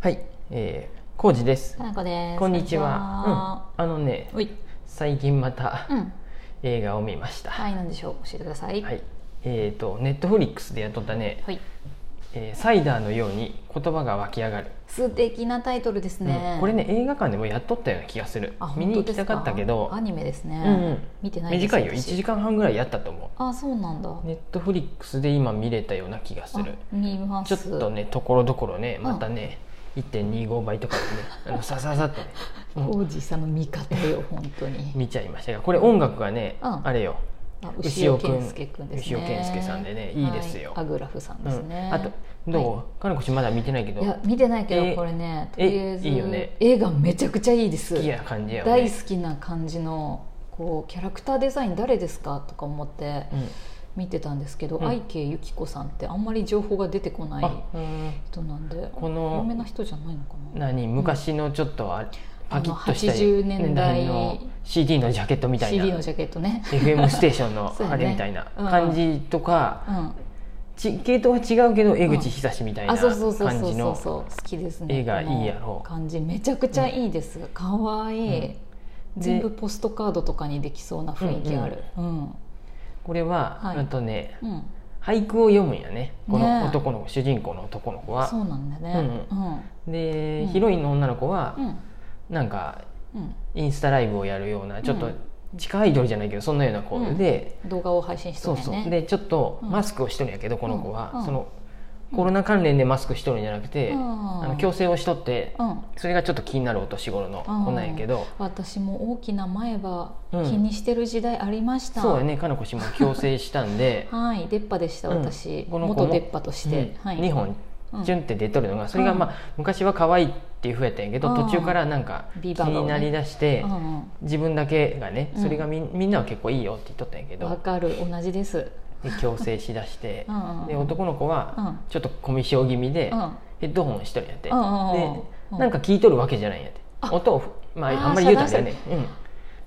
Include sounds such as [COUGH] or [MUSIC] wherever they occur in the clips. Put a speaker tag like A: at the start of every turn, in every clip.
A: はい、えー、コウジです。
B: かなこです。
A: こんにちは。うん、あのね
B: こ、んにちは。
A: 最近また
B: おい。うん。
A: 映画を見ました。は
B: はい、なんでしょう。教えてください。
A: い。。えっ、とネットフリックスでやっとったね、
B: はい。
A: えーサイダーのように言葉が湧き上がる。
B: 素敵なタイトルですね。
A: うんこれ。ね映画館でもやっとったような気がする
B: あ、。
A: 見
B: 本
A: に
B: 当
A: 行
B: で
A: き
B: す
A: たかったけど、
B: アニメですね。
A: うんうん
B: 見てないです。
A: 短いよ、
B: 私
A: 1時間半ぐらいやったと思
B: あ、そうなんだ。
A: う。ネットフリックスで今見れたような気がする。
B: あ見ま
A: ちょ
B: す。
A: っと。ねところどころね
B: うん
A: またね、1.25倍とかでねあのさささっとね。うん
B: 王子さんの味方よ、本当に。
A: 見ちゃいましたがこれ音楽がね、
B: うん
A: あれよ
B: あ
A: 牛尾
B: 健介くんです
A: 牛
B: ね。
A: 尾健介さんでねいいですよ
B: はアグラフさん
A: う
B: ですね。
A: ん、あとどう、かのこちまだ見てないけど
B: いや
A: 好
B: 見てないけ
A: え
B: どこれねと
A: え
B: りあえず
A: いいよね
B: 映画めちゃくちゃいいです
A: きな感じやよ
B: 大
A: ね
B: 好きな感じのこうキャラクターデザイン誰ですかとか思って見てたんですけど、
A: うん
B: 愛慶由紀子さんってあんまり情報が出てこ
A: う
B: なん
A: あ
B: い
A: うん
B: 人なんで
A: こ
B: 有
A: の
B: 名な人じゃないのかな
A: 何昔のちょっとあパキッとした
B: あの80年代
A: の CD のジャケットみたい
B: CD の
A: な
B: ジャケットね、
A: FM ステーションの
B: [LAUGHS] そうや
A: あ
B: ね
A: れみたいな感じとか、
B: うん、
A: ち系統は違うけど江口久志みたいな
B: あそうそうそう
A: 感
B: そ
A: じ
B: うそ
A: の
B: うそう好きですね
A: 絵がいいやろ
B: この感じめちゃくちゃいいです可愛、いい、
A: うん
B: 全部ポストカードとかにできそうな雰囲気あるうん
A: これは、
B: はい
A: あとね
B: うん、
A: 俳句を読むんやねこ
B: ね
A: の
B: え
A: 男の子主人公の男の子は
B: そうなんだねうんうん
A: で、
B: うん
A: ヒロインの女の子は
B: うん、
A: なんかインスタライブをやるようなちょっ
B: う
A: と
B: ん
A: 地下アイドルじゃないけどそんなような子で、
B: 動画を配信して
A: そうそうでちょっとマスクをしとるんやけどこの子は、
B: うんうん
A: そのコロナ関連でマスクしとるんじゃなくて、あの矯正をしとって
B: うん
A: それがちょっと気になるお年頃の子なんやけど、
B: 私も大きな前歯気
A: うん
B: にしてる時代ありました、
A: そうやねかのこ氏も矯正したんで
B: はい出っ歯でした
A: うん
B: 私、
A: この子も
B: 元出っ歯と [LAUGHS] して、
A: うん
B: はい、
A: 2本
B: うん
A: チュンって出とるのがそれがまあ昔は可愛いっていうふうやったんやけど
B: うん
A: 途中からなんか気
B: ビバロね
A: になりだして
B: うんうん
A: 自分だけがね
B: うん
A: それがみんみんなは結構いいよって言っとったんやけ
B: わ
A: ど
B: かる同じです
A: で矯正しだ
B: [LAUGHS]
A: して
B: うんうんうん
A: で男の子
B: う
A: は
B: ん
A: ちょっとコミショ気味で
B: うん
A: ヘッドホンしとるんやって
B: うんうんうんう
A: で
B: ん
A: なんか聞いとるわけじゃないんやって
B: あ
A: 音をふま
B: あー
A: ああんまり言うたらねうん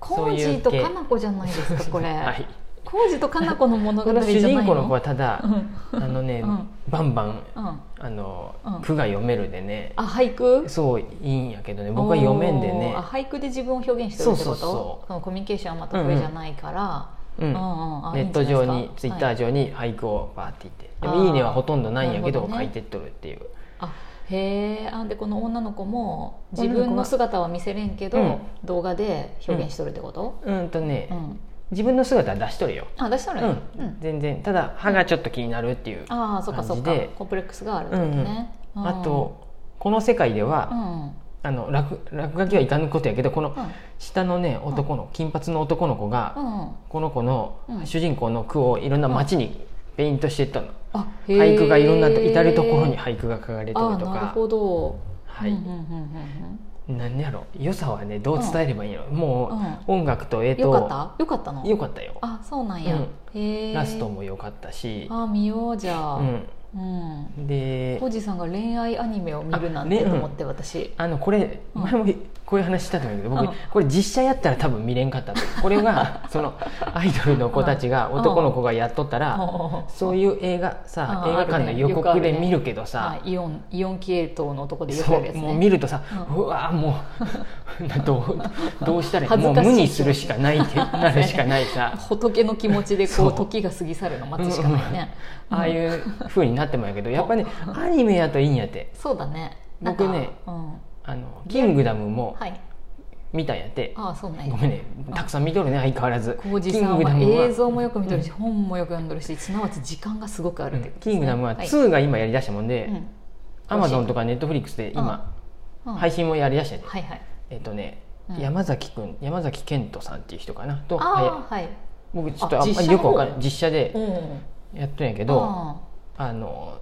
B: コ
A: そう
B: ージ
A: い
B: ー
A: う系
B: とかなこじゃないですかこれ、
A: [LAUGHS] はい
B: コージーとかなこの物
A: こ
B: 語じゃ
A: の
B: な
A: 主
B: いの
A: 人公の子はた
B: う
A: だ
B: ん
A: あのね
B: うん
A: バンバン
B: うん
A: あの
B: うん
A: 句が読めるでね
B: あ俳句
A: そういいんやけどね僕は読めんで
B: おーあ
A: ね、
B: 俳句で自分を表現してるってこと
A: そうそうそう
B: のコミュニケーションはまた得意じゃないから、
A: うん
B: うんうんあ
A: ネット上
B: いいんじゃない
A: に
B: です
A: ツイ
B: か
A: ッター上に俳句をバーって言って「で
B: あ
A: も
B: ー
A: いいね」はほとんどないんやけ
B: なる
A: ど
B: ほど
A: 書
B: ね
A: いてっとるっていう
B: あへえあでこの女の子も自分の姿は見せれんけど、
A: うん
B: 動画で表現しとるってこと、
A: うんとね、
B: うん
A: 自分の姿は出しとるよ、
B: あ出しとる
A: うん
B: ね、うん
A: 全然ただ歯がちょっと気になるっていう、
B: ああそっかそっか
A: 感じで
B: コンプレックスがあるってことね、うん
A: あとこの世界で
B: う
A: は、
B: んうん
A: あの落落書きはいかぬことやけどこの下のね男の、金髪の男の子が、
B: うん
A: この子の、
B: うん
A: 主人公の句をいろんな街にペイントしていったの、
B: あ
A: 俳句がいろんな至る所に
B: 入
A: 俳句が書かれ
B: れ
A: て
B: と
A: ると
B: あなる
A: か
B: ほど
A: はい、
B: うんうんうん
A: 何やろ良さはねどう伝えればいいの、もう、音楽と絵
B: うん
A: と
B: よかったよかったの
A: 良かったよ
B: あそうなんや、
A: うん
B: へえ
A: ラストも良かったし、
B: あ見ようじゃあ、
A: う
B: うん
A: ん、で
B: おじさんが恋愛アニメを見るなんて
A: あね
B: と思って私、
A: あのこれ
B: うん
A: 前もこういう話したと思うけど僕、
B: うん
A: これ実写やったら多分見れんか
B: [LAUGHS]
A: ったと思うこれがそのアイドルの子たちが、
B: うん
A: 男の子がやっとったら、
B: あ
A: そういう映画さ、
B: うん
A: 映画館
B: あ
A: の
B: るね
A: 予
B: よくあ
A: 告で
B: るね
A: 見るけどさ、
B: はいイオンイオン系統のとこでよく
A: そ
B: あるや
A: う
B: つね
A: もう見るとさ、う
B: うん
A: わーもう [LAUGHS] ど
B: [LAUGHS]
A: うどうしたらいい
B: 恥
A: も
B: ず
A: う
B: かしい
A: 無にするしかないってなるしかないさ
B: 仏の気持ちで
A: そ
B: こ
A: う
B: う時が過ぎ去るの [LAUGHS] 待つしかないね、
A: ああいうう風になってもやけどやっぱねアニメやといいんやって
B: んそうだねなん
A: 僕ね
B: かうん、
A: あの「キングダム」も
B: はい
A: 見たんやって
B: ああそうなんや
A: ごめんねたくさん見とるね相変わらず
B: 浩二
A: キ
B: さ
A: ン
B: ん
A: グダ
B: は
A: ム
B: 映
A: は
B: 像もよく見とるし、本もよく読んどるしすなわち時間がすごくあるってことです、ね
A: キングダムは
B: はい
A: 2が今やりだしたもん
B: う
A: で
B: ん
A: アマゾンとかネットフリックスで今
B: うん
A: 配信もやりだしてて
B: はいはい
A: えっとね
B: うん
A: 山崎くん山崎賢人さんっていう人かなとはや
B: ああはい
A: 僕ちょっとあ
B: あ
A: んま
B: 実
A: り
B: 写
A: よ
B: の
A: く
B: 方
A: わかんない実写で
B: うん
A: やってるんやけ
B: う
A: ど
B: ん
A: あの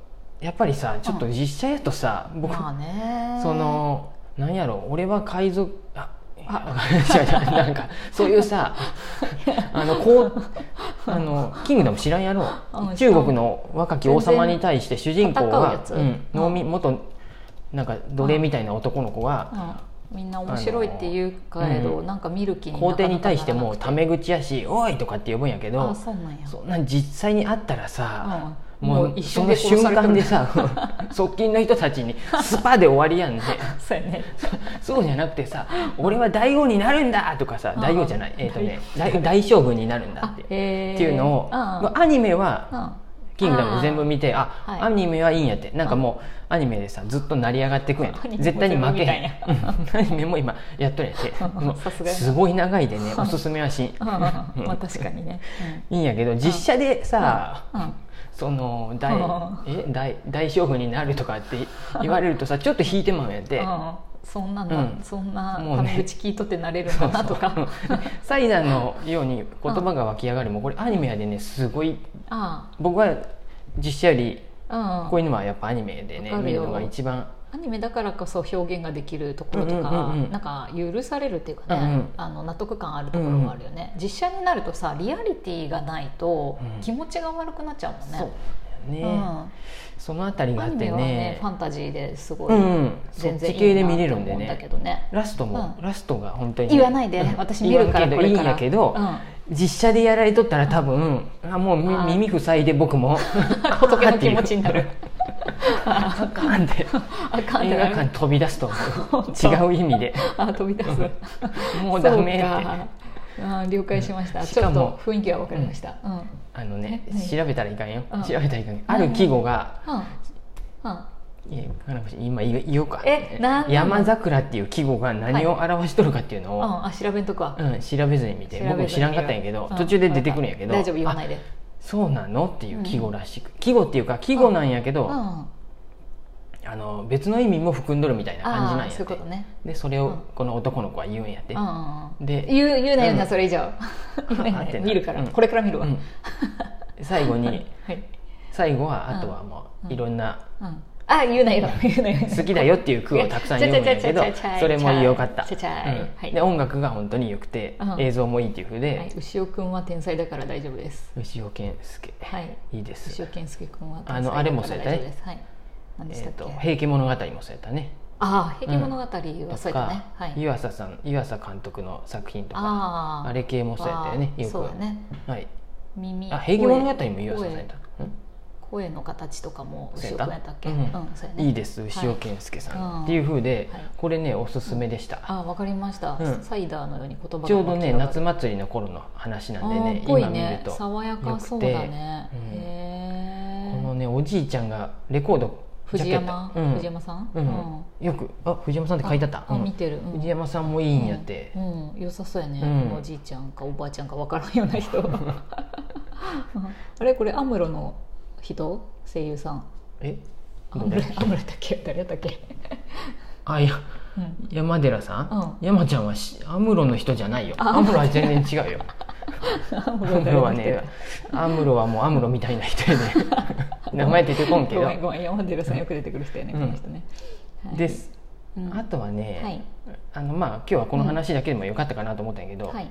A: やっぱりさちょっと実写やとさ僕
B: まあね
A: そのなんやろ俺は海賊あ
B: あ
A: あ [LAUGHS] 違う違うなんかそういう
B: [LAUGHS]
A: さあのこうあのキングダム知らんやろ
B: うん
A: 中国の若き王様に対して主人公が
B: 戦
A: う
B: うやつ
A: ん農民元なんか奴隷みたいな男の子が
B: うんみんな面白いって言うけ
A: あの
B: ど、
A: うん
B: なんか見る気にな
A: 皇
B: かな
A: 帝
B: か
A: に対してもうタメ口やし「おい!」とかって呼ぶんやけ
B: ならなくてあ
A: ど
B: そうなんや
A: そうなん実際に会ったら
B: う
A: さ
B: んもう一瞬で
A: その
B: 殺
A: 瞬
B: された
A: 間
B: ん
A: で
B: で
A: さ [LAUGHS] 側近の人たちにスパで終わりやんね
B: そうやね
A: そうじゃなくてさ「俺は大王になるんだ!」とかさ
B: あー
A: 大王じゃないえっ、とね大大将軍になるんだって
B: あへー
A: っていうのを
B: あ
A: アニメは
B: あ
A: 「キングダム」全部見てあ
B: はい
A: アニメはいいんやってなんかもうアニメでさずっと成り上がってくんや
B: [LAUGHS] アニメも
A: 絶対に負けへん
B: 全部見たんや
A: うん [LAUGHS] アニメも今やっとるんやって
B: [LAUGHS] うん
A: もう
B: さすがやな
A: すごい長いで
B: [LAUGHS]
A: ねおすすめはし
B: うんうんうんまあ確かにね、
A: いいんやけど実写で
B: うん、
A: さ
B: うんうん
A: その大
B: うん
A: え大大将軍になるとかって言われるとさちょっと引いてまうんやって
B: うんそんなの、
A: うん
B: そんな
A: もう
B: タ
A: ね
B: メ口聞いとってなれるんだなとか、
A: サイダーのように言葉が湧き上がるもこれアニメやでねすごい
B: [LAUGHS] あ
A: 僕は実写より
B: あ、
A: こ
B: う、
A: うんいうのはやっぱアニメでね
B: わか
A: 見
B: るよ
A: るのが一番
B: アニメだからこそ表現ができるところとか、
A: うんうんうんうん
B: なんか許されるっていうかね、
A: うんうん
B: あの納得感あるところがあるよね、実写になるとさリアリティがないと
A: うん
B: 気持ちが悪くなっちゃうもんね、
A: そうだ
B: う
A: よね、
B: ん
A: そのあたりがあ
B: ア
A: っ
B: ニ
A: て
B: メはね
A: ね
B: ファンタジーですご
A: う
B: い、
A: んうんそっ
B: 全然
A: ち
B: い
A: 系
B: い
A: で
B: な
A: 見れ
B: と
A: るんで
B: 思うんだ
A: ね
B: けどね
A: ラストも、
B: うん
A: ラストが本当に
B: 言わないで
A: うん
B: 私見るから
A: 言わんけ
B: こ
A: どい
B: れ
A: い
B: か
A: ん
B: ら
A: やけど、
B: うん
A: 実写でやられとったら多分、あもうみ
B: あー
A: 耳塞いで僕も
B: 仏の気持ち
A: [LAUGHS]
B: になる [LAUGHS]
A: あかんって
B: あかんっ
A: 映
B: てな
A: 画
B: る
A: 館飛び出すと思
B: 本
A: う
B: 当
A: 違う意味で
B: [LAUGHS] あ飛び出す
A: もうダメ
B: そう
A: って
B: かあ了解しました、
A: うん
B: ちょっ
A: しかも
B: と雰囲気は分かりました、うんうん
A: あのね
B: え何
A: 調べたらいかんよ
B: うん
A: 調べたらいかんよある季語が
B: うん
A: いやかなこちゃん今言う言おうか
B: えなんなの
A: 山桜っていう季語が何を表しとるかっていうのを、
B: うん、あ調べんとくわ、
A: うん、調べずに見て
B: 調べずに見る
A: 僕も知らんかったんやけど、
B: うん
A: 途中で出てくるんやけど、
B: 大丈夫言わないで
A: あそうなのっていう季語らしく、季語っていうか季語なんやけど、
B: うん、あ
A: あの別の意味も含んどるみたいな感じなんや
B: あ
A: って
B: そういうことね、
A: でそれ
B: うん
A: をこの男の子は言うんやって、
B: うんうんうん、
A: で
B: 言う言うな言うな、
A: うん
B: それ以
A: [LAUGHS]
B: 上言うな言うな
A: あってな
B: [LAUGHS] 見るから、
A: うん
B: これから見るわ、
A: うん最
B: [LAUGHS]
A: 後に
B: はい
A: 最後はあとはもういろんな
B: うん、あ言うな言うな言うな言うな
A: 好きだよっていう句をたくさん読むんやけど
B: ちゃちゃちゃちゃちゃ
A: それもよかった、
B: ちゃちゃいは
A: うん、
B: い
A: で音楽が本当に良くて
B: うん
A: 映像もいいっていうふう
B: はい
A: で、
B: 牛尾くんは天才だから大丈夫です
A: 牛尾健介
B: はい
A: いいです
B: 牛尾健介くんは天才
A: あのあれもそうやったね
B: だから大丈夫ですはい何でし
A: え
B: たっ
A: ー
B: け、
A: と「平家物語」もそうやったね
B: ああ「平家物語」はそ
A: と
B: うやった
A: か
B: ね、はい、
A: 湯浅さん湯浅監督の作品とか
B: あー
A: あれ系もそうやったよね
B: あー
A: よく
B: そうだね
A: はい
B: 耳
A: あ平家物語
B: 声
A: も湯浅さんやったうん
B: 声の形とかも
A: そうや
B: 牛
A: った
B: 尾くんやったっけ、
A: う
B: うんんそうやね、
A: いいです牛尾健介さんっていうふうで
B: はい
A: これねおすすめでした
B: あわかりました、
A: うん
B: サイダーのように言葉が
A: ちょうどね夏
B: 巻
A: 祭りの頃の話
B: き
A: なん
B: 上
A: で
B: がる
A: ね
B: あーぽい
A: 今見ると
B: 爽やかそうだね
A: 良くてうんこ
B: へえ
A: のねおじいちゃんがレコードジャ
B: 藤
A: ケット
B: 山、
A: うん
B: 藤山さん、
A: うんよくあ藤山さんって書いてあった
B: あ
A: うん
B: 見てる、うん
A: 藤山さんもいいんやって
B: うんうん良さそうやね、
A: うん
B: このおじいちゃんかおばあちゃんか分からんような
A: [LAUGHS]
B: 人うんあれこれアムロの人声優さん
A: え
B: ア
A: ど
B: ム
A: れ
B: ロアムロだっけ誰だっけ、
A: あいや
B: うん、
A: 山寺さん
B: う
A: 山ちゃんはしアムロの人じゃないよ
B: あ
A: アムロは全然違うよ
B: [LAUGHS] ア
A: ア
B: ムロ
A: ムロは
B: 誰だ
A: ね
B: っ
A: アムロはもうアムロみたいな人や
B: [LAUGHS]
A: ね名前出てこんけ
B: けご
A: ど
B: めんごめん山寺さんよく出てくる人やね、
A: うん
B: この人ね、はい
A: です
B: うん
A: あとは
B: は
A: ね
B: い
A: あのまあ今日はこの話だけでもよかったかなと思ったんやけど
B: はい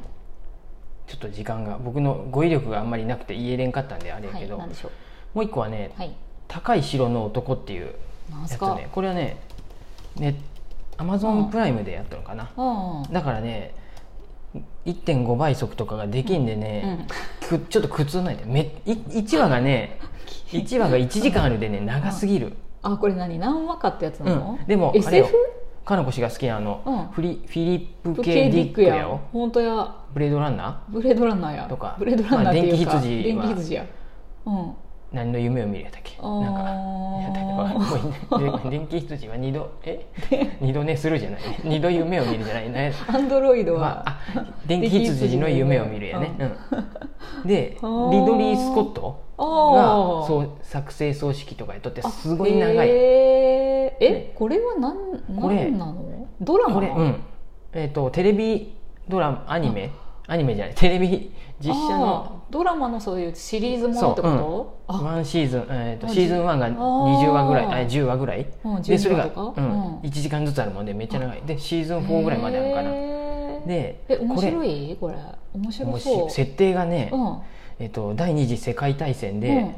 A: ちょっと時間が僕の語彙力があんまりなくて言えれんかったんであれや
B: は
A: け
B: い
A: ど、
B: なんでしょう
A: もう一個はね
B: はい
A: 「高い城の男」っていう
B: なん
A: や
B: す
A: つ
B: か、
A: ねこれはねねアマゾンプライムでやったのかな、
B: うん
A: だからね1.5倍速とかができんでね、くちょっと苦痛ないでめ1話がね1
B: [LAUGHS]
A: 話が1時間あるでね長すぎる、
B: あこれ何何話かってやつなの、
A: うんでもあれよ
B: SF?
A: かのこ氏が好きなあの、
B: うん
A: フリフィリップ・
B: ブ
A: K ・
B: ケ
A: デ
B: デ
A: ィッ
B: ィッ
A: ク
B: ク
A: や
B: や
A: よ
B: 本当や
A: ブレードランナ
B: ブレードランナーや
A: とか
B: ブレードランナーっていうか、
A: まあ電気羊は
B: 電気羊やうん
A: ー何の夢を見るやったっけなんかいやだからもうい [LAUGHS] ないで電気羊は2度 [LAUGHS] え二度寝するじゃない2度夢を見るじゃない何や
B: アンドロイド
A: ま
B: は、
A: あ、あ電気羊の夢を見るやね、
B: うん
A: うん [LAUGHS] でリ
B: あー
A: ドリー・スコット
B: お
A: が
B: ー
A: そう作成葬式とかやっとって
B: あ
A: すごい長
B: へ
A: い
B: ええ、
A: ね
B: これはなん
A: これ
B: なんなのドラマ
A: これ、うんえー、とテレビドラマアニメアニメじゃないテレビ実写の
B: あードラマのそういうシリーズものってこと、あ
A: ワンシーズン、えー、と
B: あ
A: シーズン1が
B: あー
A: 20話ぐらいあ10話ぐらい
B: うん
A: でそれが、う
B: 12話とか
A: ん
B: うん
A: 1時間ずつあるもんでめっちゃ長いでシーズン4ぐらいまであるのかな
B: へー
A: で
B: え面
A: こ
B: 白
A: れ
B: いこれ面白
A: 面
B: そ
A: 白
B: う
A: い設定がね、
B: うん
A: えー、と第二次世界大戦で、
B: うん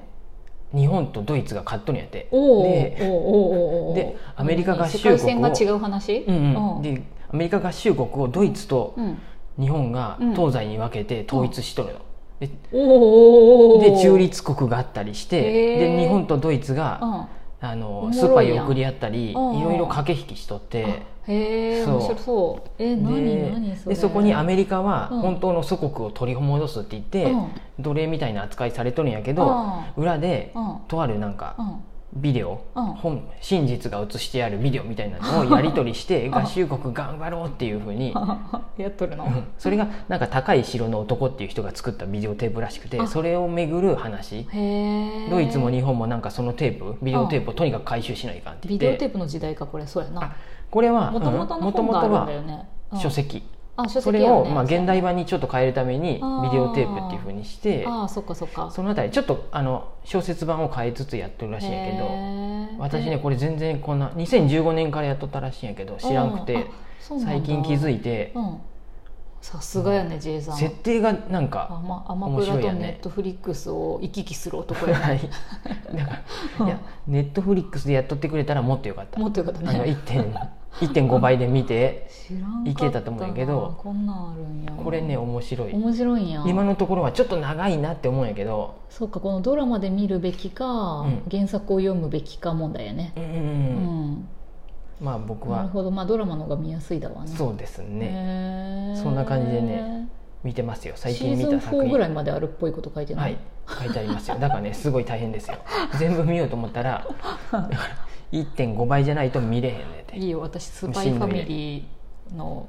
A: 日本とドイツが買っとるんやって
B: おうおう
A: で,、
B: おうおうおうおう
A: でアメリカ合衆
B: 世界線が違
A: 国
B: う話
A: うんうん、
B: うん
A: でアメリカ合衆国をドイツと
B: うん
A: 日本が
B: うん
A: 東西に分けて統一しとるの、で
B: おお
A: で中立国があったりして
B: へ
A: で
B: ー
A: 日本とドイツ
B: う
A: が
B: ん
A: あ
B: お
A: の
B: も
A: スーパ
B: ろいやん
A: ーを送り合ったりい
B: うんうん
A: ろいろ駆け引きしとって
B: へえ
A: そう
B: 面白そうえ何何
A: で
B: それ
A: でそこにアメリカは
B: うん
A: 本当の祖国を取り戻すって言って
B: うん
A: 奴隷みたいな扱いされとるんやけ
B: う
A: ど
B: ん
A: 裏で
B: うん
A: とあるなんか
B: うん [LAUGHS]
A: ビデオ
B: うん
A: 本真実が映してあるビデオみたいなのをやり取りして
B: うん
A: 合衆国頑張ろうっていうふうに
B: やっとるの
A: うんそれがなんか高い城の男っていう人が作ったビデオテープらしくて
B: あ
A: それを巡る話
B: へえ
A: ドイツも日本もなんかそのテープビデオテープをとにかく回収しないかんって言
B: ビ
A: っ
B: デオテ
A: て
B: ープの時代かこれそうやな
A: これは
B: もともと
A: うん
B: の本があるんだよ
A: 元
B: ね
A: 々は書籍
B: うんあ書籍
A: それ
B: や
A: を
B: ね
A: まあ現代版にちょっと変えるために
B: あー
A: ビデオテープっていうふうにして
B: ああそっかそっか
A: そのあたりちょっとあの小説版を変えつつやってるらしいんやけど
B: ど
A: 私ねこれ全然こんな2015年からやっとったらしいんやけど知らんくて最近気づ
B: い
A: いて
B: うんさすがやね J さん
A: 設定がなんか
B: あまアマ
A: 面
B: プラ
A: 白い
B: と
A: やね
B: ネットフリックスを行き来する
A: [LAUGHS]
B: 男やね
A: はいだからいやネットフリックスでやっとってくれたらもっとよかった
B: もっとよかった
A: あの
B: ね
A: 1.5 1.5倍で見て
B: 知らんかったな
A: け
B: い
A: たと思うんやけど
B: こんなんあるんや
A: これね面白い
B: 面白いんや
A: 今のところはちょっと長いなって思うんやけど
B: そうかこのドラマで見るべきか、
A: うん
B: 原作を読むべきか問題やね
A: うんうん
B: う
A: うん
B: ん、
A: まあ僕
B: なる
A: は
B: ほどまあドラマの方が見やすいだわね
A: そうですね
B: ね
A: そんな感じでね見てますよ最
B: シー
A: 近見
B: ズン
A: た作
B: 4ぐらい
A: 品
B: まであるっぽいこと書いて
A: は
B: ないい、
A: 書いてありますよだからねすごい大変です
B: [LAUGHS]
A: よ全部見ようと思ったらだから1.5倍じゃないと見れへんねって
B: い、いよ私スパイファミリーの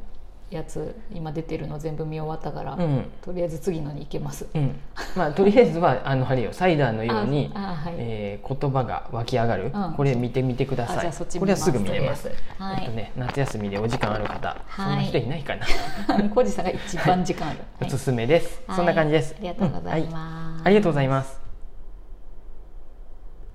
B: やつ今出てるの全部見終わったから、
A: うん
B: とりあえず次のに行けます
A: うんまあとりあえずはあのあれよサイダーのように
B: ああはい、
A: えー言葉が湧き上がる、
B: うん
A: これ見てみてくだ
B: あ
A: さ
B: じゃ
A: い
B: あそっち
A: こ
B: 見
A: れ
B: ま
A: はすぐ見れます
B: とりあえずは
A: えっ
B: い
A: とね夏休みでお時間ある方、
B: はい
A: そんな人いないかな、
B: [LAUGHS] 小路さんが一番時間ある、
A: [LAUGHS] おすすめです、
B: はい
A: そんな感じです
B: ありがとうござい
A: んはい
B: ます、
A: ありがとうございます